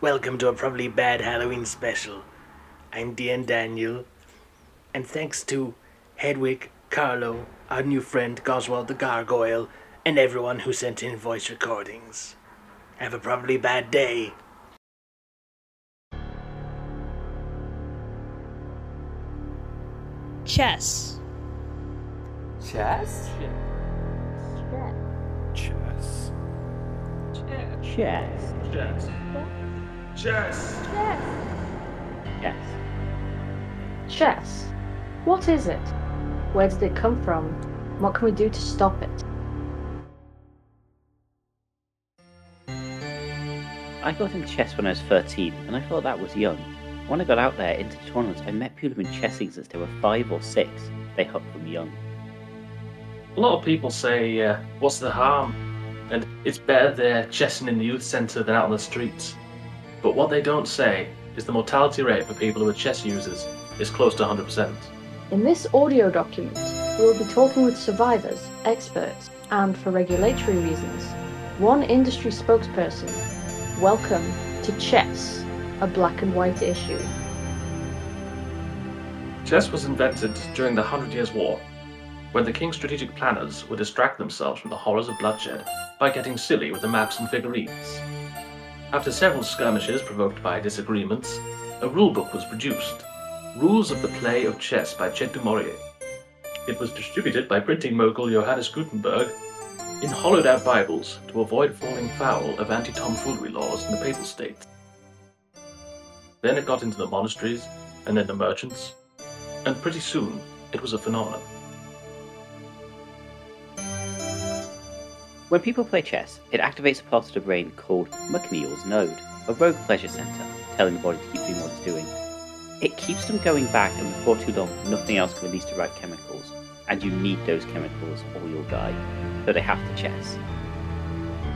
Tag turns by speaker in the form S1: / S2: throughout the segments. S1: Welcome to a probably bad Halloween special. I'm Dean Daniel, and thanks to Hedwig, Carlo, our new friend Goswald the Gargoyle, and everyone who sent in voice recordings. Have a probably bad day.
S2: Chess.
S3: Chess?
S4: Chess.
S5: Chess.
S4: Chess. Chess.
S5: Yes.
S6: Chess. What is it? Where did it come from? What can we do to stop it?
S5: I got into chess when I was 13, and I thought that was young. When I got out there into tournaments, I met people who've been chessing since they were five or six. They hopped from young.
S4: A lot of people say, uh, what's the harm? And it's better they're chessing in the youth centre than out on the streets. But what they don't say is the mortality rate for people who are chess users is close to 100%.
S6: In this audio document, we will be talking with survivors, experts, and for regulatory reasons, one industry spokesperson. Welcome to Chess, a black and white issue.
S4: Chess was invented during the Hundred Years' War, when the king's strategic planners would distract themselves from the horrors of bloodshed by getting silly with the maps and figurines. After several skirmishes provoked by disagreements, a rulebook was produced Rules of the Play of Chess by Chet du Maurier. It was distributed by printing mogul Johannes Gutenberg in hollowed out Bibles to avoid falling foul of anti tomfoolery laws in the Papal States. Then it got into the monasteries, and then the merchants, and pretty soon it was a phenomenon.
S5: When people play chess, it activates a part of the brain called McNeil's node, a rogue pleasure center, telling the body to keep doing what it's doing. It keeps them going back, and before too long, nothing else can release the right chemicals, and you need those chemicals or you'll die. So they have to chess.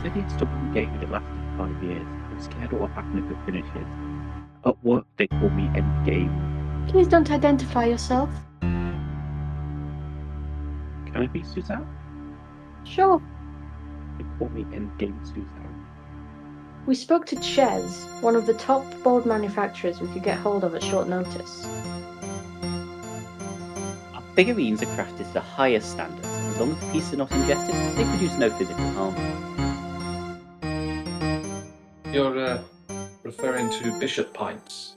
S7: So if he'd stopped the game that lasted five years, I'm scared what will happen if it finishes. At work, they call me Endgame.
S6: Please don't identify yourself.
S7: Can I be Suzanne?
S6: Sure,
S7: They call me Endgame Suzanne.
S6: we spoke to Ches, one of the top board manufacturers we could get hold of at short notice.
S5: Our figurines are crafted to the highest standards, and as long as the pieces are not ingested, they produce no physical harm.
S4: You're uh, referring to bishop pints.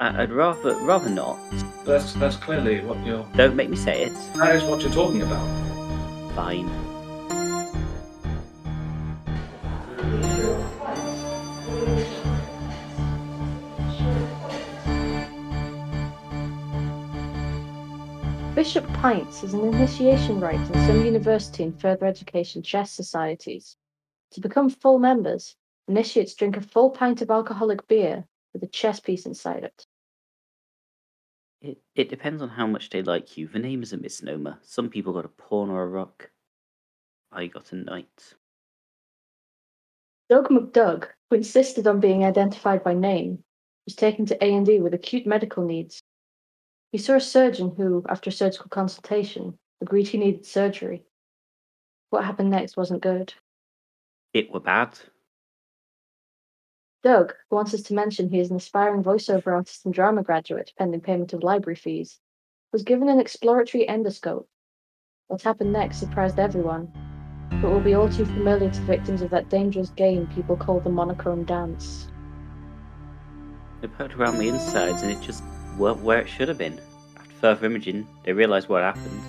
S5: I- I'd rather rather not.
S4: That's that's clearly what you're.
S5: Don't make me say it.
S4: That is what you're talking about.
S5: Fine.
S6: Bishop Pints is an initiation rite in some university and further education chess societies. To become full members, initiates drink a full pint of alcoholic beer with a chess piece inside it.
S5: It, it depends on how much they like you. The name is a misnomer. Some people got a pawn or a rook. I got a knight.
S6: Doug McDoug, who insisted on being identified by name, was taken to A&E with acute medical needs. He saw a surgeon who, after surgical consultation, agreed he needed surgery. What happened next wasn't good.
S5: It were bad.
S6: Doug wants us to mention he is an aspiring voiceover artist and drama graduate pending payment of library fees, was given an exploratory endoscope. What happened next surprised everyone, but will be all too familiar to victims of that dangerous game people call the monochrome dance.
S5: They poked around the insides and it just weren't where it should have been. After further imaging, they realised what happened.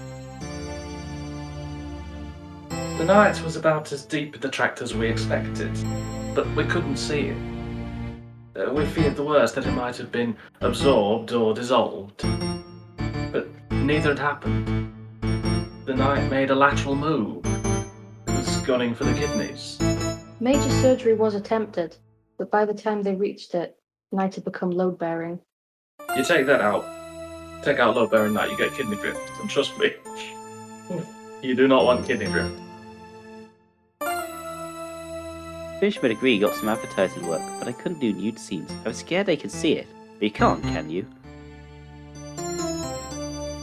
S4: The night was about as deep in the tract as we expected, but we couldn't see it. Uh, we feared the worst that it might have been absorbed or dissolved, but neither had happened. The night made a lateral move. It was gunning for the kidneys.
S6: Major surgery was attempted, but by the time they reached it, Knight had become load bearing.
S4: You take that out, take out low bearing night, you get kidney drift, and trust me, you do not want kidney drift.
S5: Finished my degree, got some advertising work, but I couldn't do nude scenes. I was scared they could see it. But you can't, can you?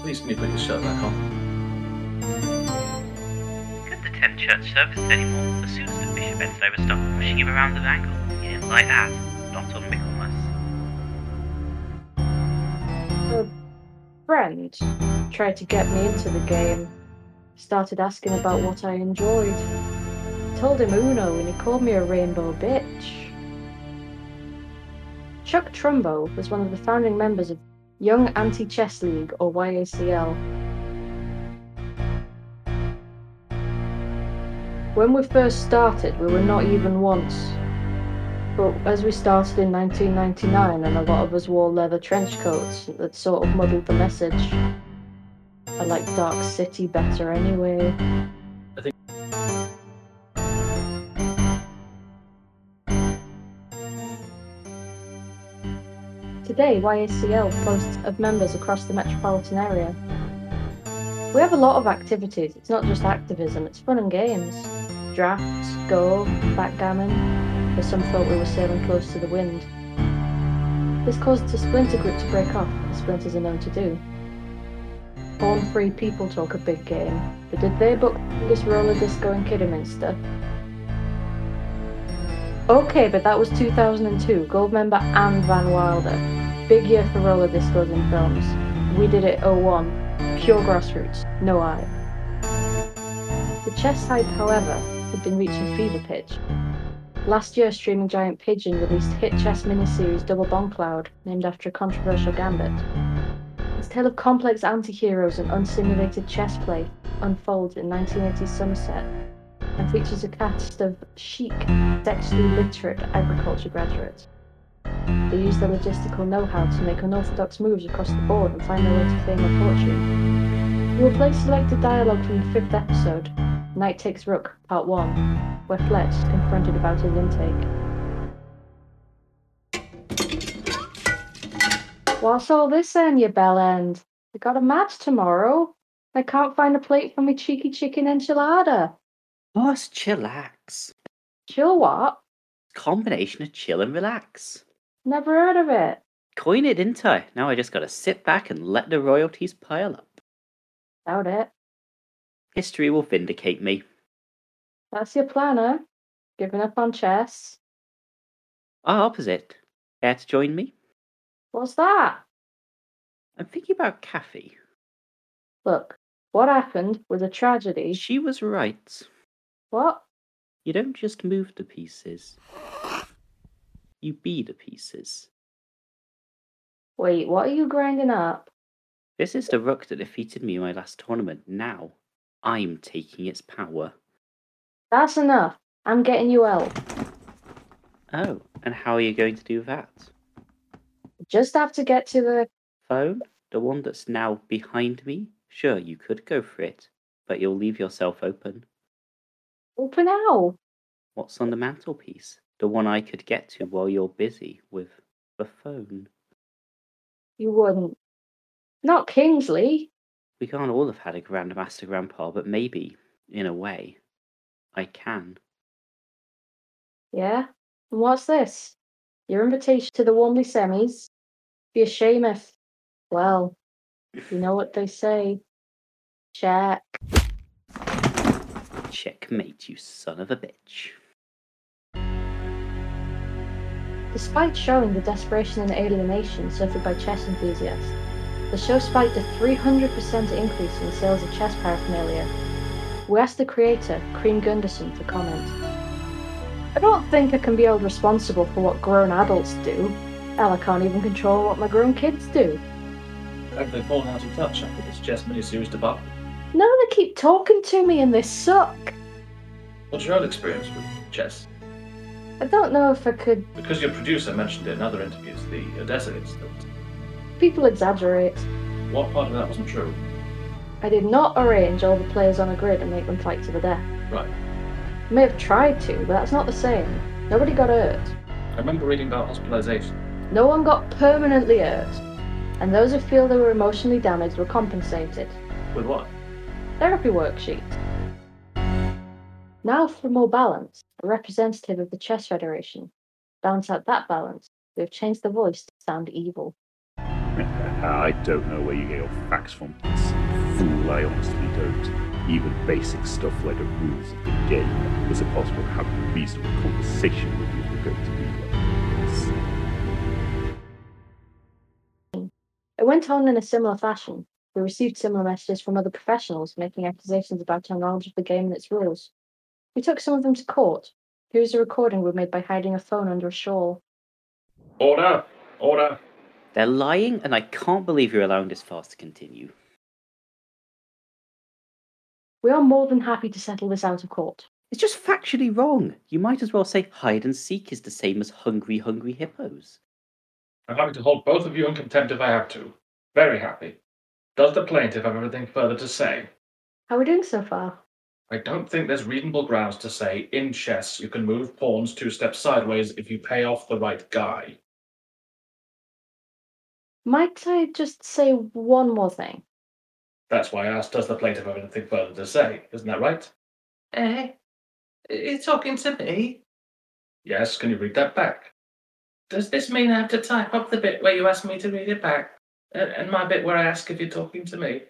S4: Please, can you put your shirt back on?
S8: couldn't attend church services anymore as soon as the bishop bent over stopped pushing him around the angle. He didn't
S5: ends like that, not on Michaelmas.
S6: friend tried to get me into the game. Started asking about what I enjoyed. Told him Uno and he called me a rainbow bitch. Chuck Trumbo was one of the founding members of Young Anti Chess League or YACL. When we first started, we were not even once. But as we started in 1999 and a lot of us wore leather trench coats, that sort of muddled the message. I like Dark City better anyway. Today, YACL boasts of members across the metropolitan area. We have a lot of activities, it's not just activism, it's fun and games. Drafts, Go, backgammon, as some thought we were sailing close to the wind. This caused a splinter group to break off, as splinters are known to do. Born free people talk a big game, but did they book this roller disco in Kidderminster? Okay, but that was 2002, Goldmember and Van Wilder. Big year for roller discos in films. We did it 01. Pure grassroots, no I. The chess hype, however, had been reaching fever pitch. Last year, streaming giant Pigeon released hit chess miniseries Double Bomb Cloud, named after a controversial gambit. Its tale of complex anti-heroes and unsimulated chess play unfolds in 1980s Somerset and features a cast of chic, sexually literate agriculture graduates. They use their logistical know-how to make unorthodox moves across the board and find their way to fame and fortune. We will play selected dialogue from the fifth episode, Knight Takes Rook, Part 1 where Fletch is confronted about his intake. What's all this then, you bell end? I got a match tomorrow. I can't find a plate for my cheeky chicken enchilada.
S5: Plus, chillax.
S6: Chill what?
S5: Combination of chill and relax.
S6: Never heard of it.
S5: Coin it, didn't I? Now I just gotta sit back and let the royalties pile up.
S6: Doubt it.
S5: History will vindicate me.
S6: That's your planner. Giving up on chess.
S5: Our Ah, opposite. Care to join me?
S6: What's that?
S5: I'm thinking about Kathy.
S6: Look, what happened was a tragedy.
S5: She was right.
S6: What?
S5: You don't just move the pieces. You be the pieces.
S6: Wait, what are you grinding up?
S5: This is the rook that defeated me in my last tournament. Now, I'm taking its power.
S6: That's enough. I'm getting you out.
S5: Oh, and how are you going to do that?
S6: Just have to get to the.
S5: Phone? The one that's now behind me? Sure, you could go for it, but you'll leave yourself open.
S6: Open now.
S5: What's on the mantelpiece? The one I could get to while you're busy with the phone.
S6: You wouldn't. Not Kingsley.
S5: We can't all have had a grandmaster grandpa, but maybe, in a way, I can.
S6: Yeah? And what's this? Your invitation to the Warmly semis? Be a shame if. Well, you know what they say. Check.
S5: Checkmate, you son of a bitch.
S6: Despite showing the desperation and alienation suffered by chess enthusiasts, the show spiked a 300% increase in sales of chess paraphernalia. We asked the creator, Crean Gunderson, for comment. I don't think I can be held responsible for what grown adults do. Hell, I can't even control what my grown kids do.
S4: Have they fallen out of touch after this chess miniseries debacle?
S6: No, they keep talking to me and they suck.
S4: What's your own experience with chess?
S6: I don't know if I could.
S4: Because your producer mentioned it in other interviews, the Odessa incident.
S6: People exaggerate.
S4: What part of that wasn't true?
S6: I did not arrange all the players on a grid and make them fight to the death.
S4: Right.
S6: I may have tried to, but that's not the same. Nobody got hurt.
S4: I remember reading about hospitalization.
S6: No one got permanently hurt. And those who feel they were emotionally damaged were compensated.
S4: With what?
S6: Therapy worksheet. Now for more balance, a representative of the Chess Federation. Balance out that balance. We have changed the voice to sound evil.
S2: I don't know where you get your facts from, fool. I honestly don't. Even basic stuff like the rules of the game is impossible to have a reasonable conversation with you if we're going to be like
S6: It went on in a similar fashion. We received similar messages from other professionals making accusations about our knowledge of the game and its rules. We took some of them to court. Here's a recording we made by hiding a phone under a shawl.
S4: Order! Order!
S5: They're lying, and I can't believe you're allowing this farce to continue.
S6: We are more than happy to settle this out of court.
S5: It's just factually wrong. You might as well say hide and seek is the same as hungry, hungry hippos.
S4: I'm happy to hold both of you in contempt if I have to. Very happy. Does the plaintiff have anything further to say?
S6: How are we doing so far?
S4: I don't think there's reasonable grounds to say in chess you can move pawns two steps sideways if you pay off the right guy.
S6: Might I just say one more thing?
S4: That's why I asked, does the plaintiff have anything further to say? Isn't that right? Eh? You're talking to me? Yes, can you read that back? Does this mean I have to type up the bit where you ask me to read it back? And my bit where I ask if you're talking to me?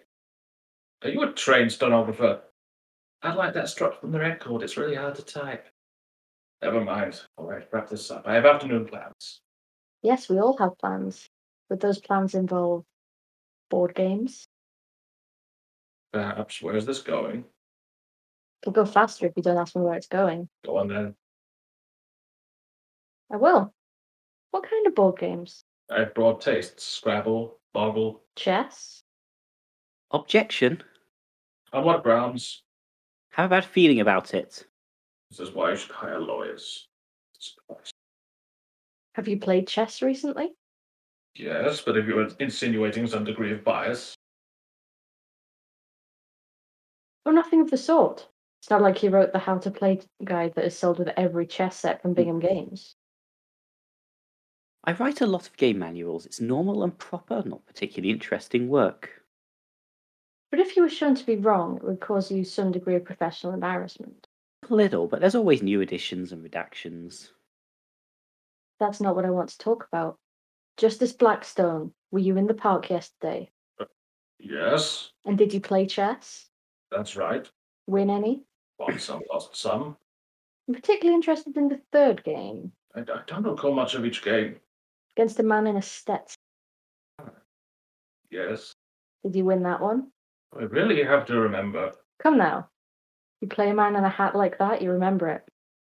S4: Are you a trained stenographer? I like that struck from the record. It's really hard to type. Never mind. All right, wrap this up. I have afternoon plans.
S6: Yes, we all have plans. Would those plans involve board games?
S4: Perhaps. Where's this going?
S6: It'll go faster if you don't ask me where it's going.
S4: Go on then.
S6: I will. What kind of board games?
S4: I have broad tastes. Scrabble, Boggle.
S6: Chess?
S5: Objection.
S4: On what grounds?
S5: Have a bad feeling about it.
S4: This is why you should hire lawyers.
S6: Have you played chess recently?
S4: Yes, but if you're insinuating some degree of bias,
S6: Well, Oh, nothing of the sort. It's not like he wrote the how to play guide that is sold with every chess set from Bingham Games.
S5: I write a lot of game manuals. It's normal and proper, not particularly interesting work.
S6: But if you were shown to be wrong, it would cause you some degree of professional embarrassment.
S5: A little, but there's always new additions and redactions.
S6: That's not what I want to talk about. Justice Blackstone, were you in the park yesterday?
S4: yes,
S6: And did you play chess?
S4: that's right.
S6: Win any?
S4: Won some, lost some.
S6: I'm particularly interested in the third game
S4: I, I don't recall much of each game.
S6: against a man in a Stetson.
S4: Yes,
S6: Did you win that one?
S4: I really have to remember.
S6: Come now. You play a man in a hat like that, you remember it.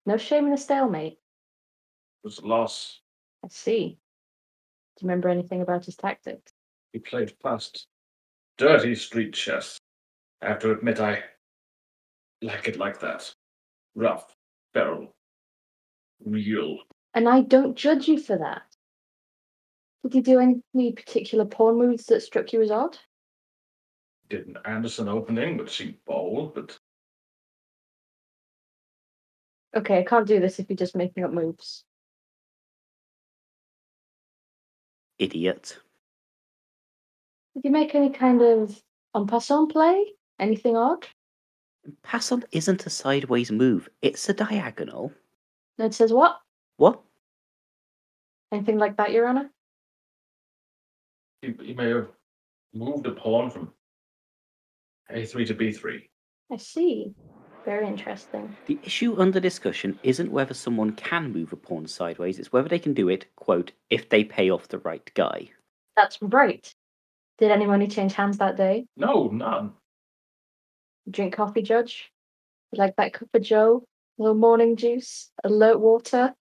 S6: No shame in a stalemate.
S4: It was a loss.
S6: I see. Do you remember anything about his tactics?
S4: He played fast. Dirty street chess. I have to admit, I like it like that. Rough, feral, real.
S6: And I don't judge you for that. Did he do any, any particular pawn moves that struck you as odd?
S4: Did an Anderson opening, which seemed bold, but
S6: Okay, I can't do this if you're just making up moves.
S5: Idiot.
S6: Did you make any kind of en passant play? Anything odd?
S5: Pass on isn't a sideways move, it's a diagonal.
S6: No, it says what?
S5: What?
S6: Anything like that, Your Honor?
S4: he, he may have moved a pawn from A3 to B3.
S6: I see. Very interesting.
S5: The issue under discussion isn't whether someone can move a pawn sideways, it's whether they can do it, quote, if they pay off the right guy.
S6: That's right. Did any money change hands that day?
S4: No, none.
S6: Drink coffee, Judge? You like that cup of Joe? A little morning juice? Alert water?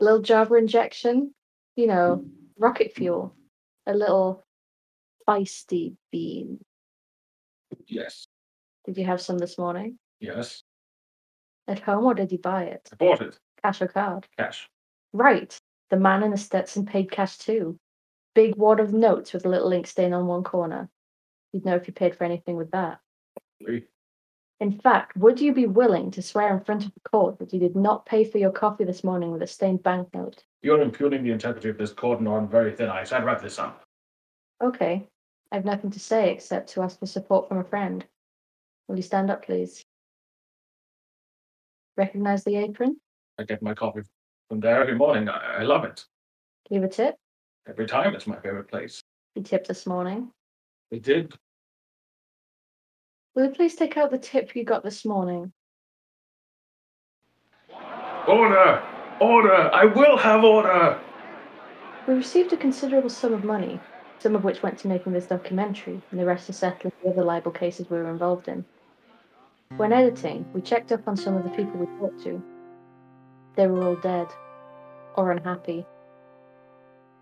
S6: A little Java injection? You know, rocket fuel? A little feisty bean?
S4: Yes,
S6: Did you have some this morning?
S4: yes.
S6: At home or did you buy it?
S4: I bought it.
S6: Cash or card?
S4: Cash.
S6: Right. The man in the Stetson paid cash too. Big wad of notes with a little ink stain on one corner. You'd know if you paid for anything with that.
S4: We
S6: In fact, would you be willing to swear in front of the court that you did not pay for your coffee this morning with a stained banknote?
S4: You're impugning the integrity of this court and are on very thin ice. I'd wrap this up.
S6: Okay. I've nothing to say except to ask for support from a friend. Will you stand up, please? Recognize the apron?
S4: I get my coffee from there every morning. I, I love it.
S6: Leave a tip?
S4: Every time it's my favorite place.
S6: You tipped this morning.
S4: They did.
S6: Will you please take out the tip you got this morning?
S4: Order! Order! I will have order!
S6: We received a considerable sum of money. some of which went to making this documentary, and the rest to settling the other libel cases we were involved in. When editing, we checked up on some of the people we talked to. They were all dead, or unhappy.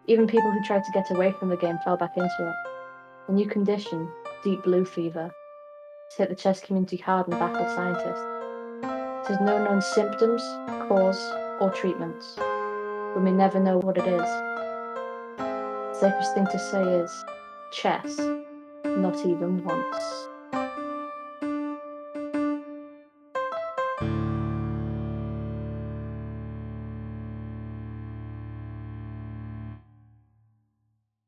S6: Even people who tried to get away from the game fell back into it. A new condition, deep blue fever, has hit the chess community hard and baffled scientists. There's no known symptoms, cause, or treatments. We may never know what it is safest thing to say is chess, not even once.